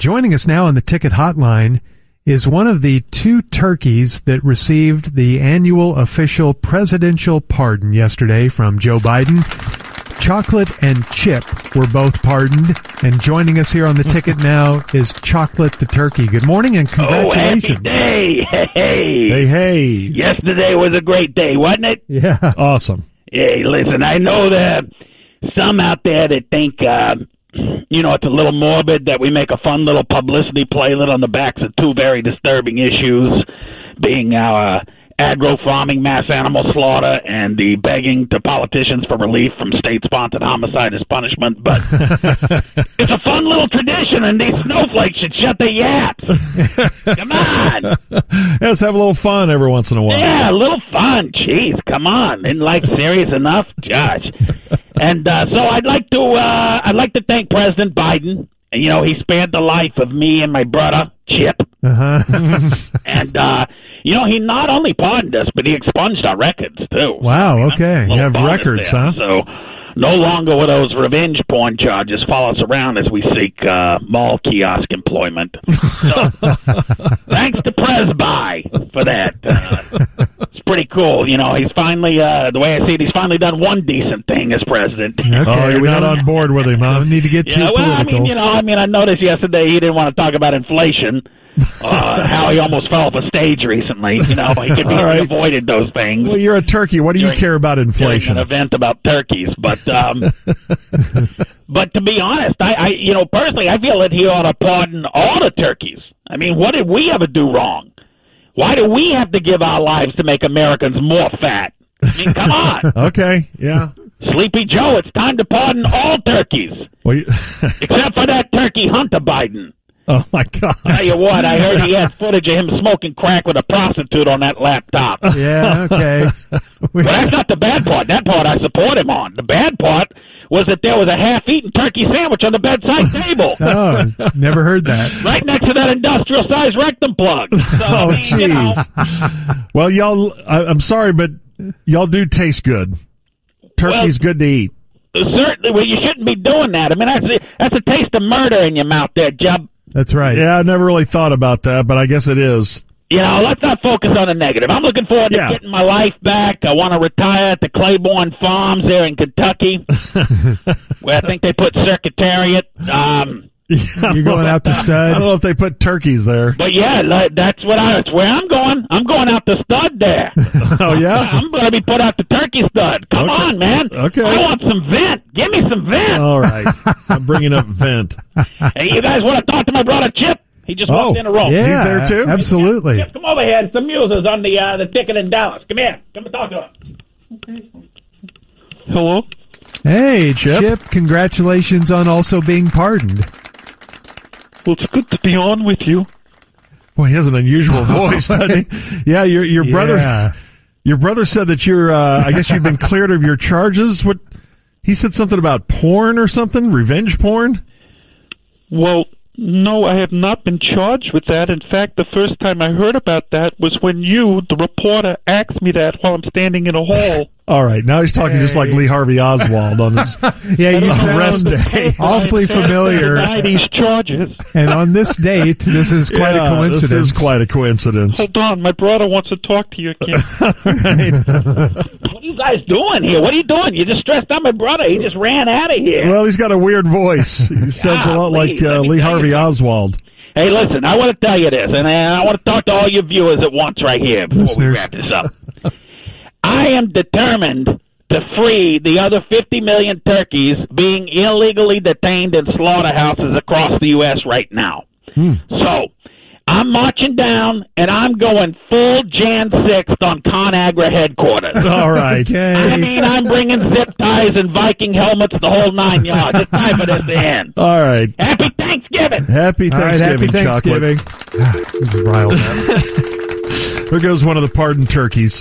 Joining us now on the ticket hotline is one of the two turkeys that received the annual official presidential pardon yesterday from Joe Biden. Chocolate and Chip were both pardoned, and joining us here on the ticket now is Chocolate the Turkey. Good morning and congratulations. Oh, happy day. Hey. Hey, hey. Yesterday was a great day, wasn't it? Yeah. Awesome. Hey, listen, I know that some out there that think, uh, you know, it's a little morbid that we make a fun little publicity playlet on the backs of two very disturbing issues being our agro farming, mass animal slaughter, and the begging to politicians for relief from state sponsored homicide as punishment. But it's a fun little tradition, and these snowflakes should shut their yaps. Come on. Let's have a little fun every once in a while. Yeah, a little fun. Jeez, come on. Isn't life serious enough? Gosh. And uh, so I'd like to uh, I'd like to thank President Biden. And, you know, he spared the life of me and my brother, Chip. Uh-huh. And, uh, you know, he not only pardoned us, but he expunged our records, too. wow. Okay. Little You have bonus records, there. huh? So no longer will those revenge porn charges follow us around as we seek uh, mall kiosk employment. So, thanks to Presby for that. Uh, it's pretty cool. You know, he's finally, uh, the way I see it, he's finally done one decent thing as president. Okay. Oh, you're we not don't- on board with him, huh? don't need to get too Yeah, well, I political. mean, you know, I mean, I noticed yesterday he didn't want to talk about inflation. Uh, how he almost fell off a stage recently. You know, he could have All right. avoided those things. Well, you're a turkey. What do you During- care about inflation? During an event about turkeys, but um, but to be honest, I, I you know personally, I feel that he ought to pardon all the turkeys. I mean, what did we ever do wrong? Why do we have to give our lives to make Americans more fat? I mean, come on, Okay. Yeah. Sleepy Joe, it's time to pardon all turkeys Well, you- except for that turkey hunter Biden. oh my God. Tell you what, I heard he had footage of him smoking crack with a prostitute on that laptop. yeah. Okay. We- But that's not the bad part. That part I support him on. The bad part was that there was a half-eaten turkey sandwich on the bedside table, oh, never heard that. right next to that industrial-sized rectum plug. So, I Oh, mean, you know, jeez. Well, y'all. I, I'm sorry, but y'all do taste good. Turkey's good to eat. certainly, well, you shouldn't be doing that. I mean, that's a, that's a taste of murder in your mouth, there, Jeb. That's right. Yeah, I never really thought about that, but I guess it is. You know, let's not focus on the negative. I'm looking forward to Yeah. getting my life back. I want to retire at the Claiborne Farms there in Kentucky, where I think they put Secretariat. Um, You're going out to I don't stud. know if they put turkeys there. but yeah, like, that's what I, that's where I'm going. I'm going out the stud there. Uh, Oh yeah. I'm going to be put out the turkey stud. Come Okay. on, man. Okay. I want some vent. Give me some vent. All right. I'm bringing up vent. hey, you guys want to talk to my brother Chip? He just Oh, walked in a room. Yeah. He's there too? Absolutely. Chip, come over here. It's the Muses on the uh, the ticket in Dallas. Come here. Come and talk to him. Hello. Hey, Chip. congratulations on also being pardoned. Well, it's good to be on with you. Well, he has an unusual voice, doesn't he? Yeah, your your brother. Yeah. Your brother said that you're. Uh, I guess you've been cleared of your charges. What he said something about porn or something, revenge porn. Well, no, I have not been charged with that. In fact, the first time I heard about that was when you, the reporter, asked me that while I'm standing in a hall. All right, now he's talking just like Lee Harvey Oswald on his. Yeah, you Arrest sound day. awfully familiar. Deny these charges. And on this date, this is quite Yeah, a coincidence. This is quite a coincidence. Hold on, my brother wants to talk to you again. What are you guys doing here? What are you doing? You just stressed out my brother. He just ran out of here. Well, he's got a weird voice. He sounds a lot like uh, Golly, let me Lee tell you Harvey Oswald. Hey, listen, I want to tell you this, and I want to talk to all your viewers at once right here before we Listeners. wrap this up. I am determined to free the other 50 million turkeys being illegally detained in slaughterhouses across the U.S. right now. So I'm marching down, and I'm going full Jan 6th on ConAgra headquarters. All right. I Okay. mean, I'm bringing zip ties and Viking helmets, the whole nine yards. It's time for this to end. All right. Happy Thanksgiving! Happy All right, happy Thanksgiving, Thanksgiving. chocolate. Here goes one of the pardoned turkeys.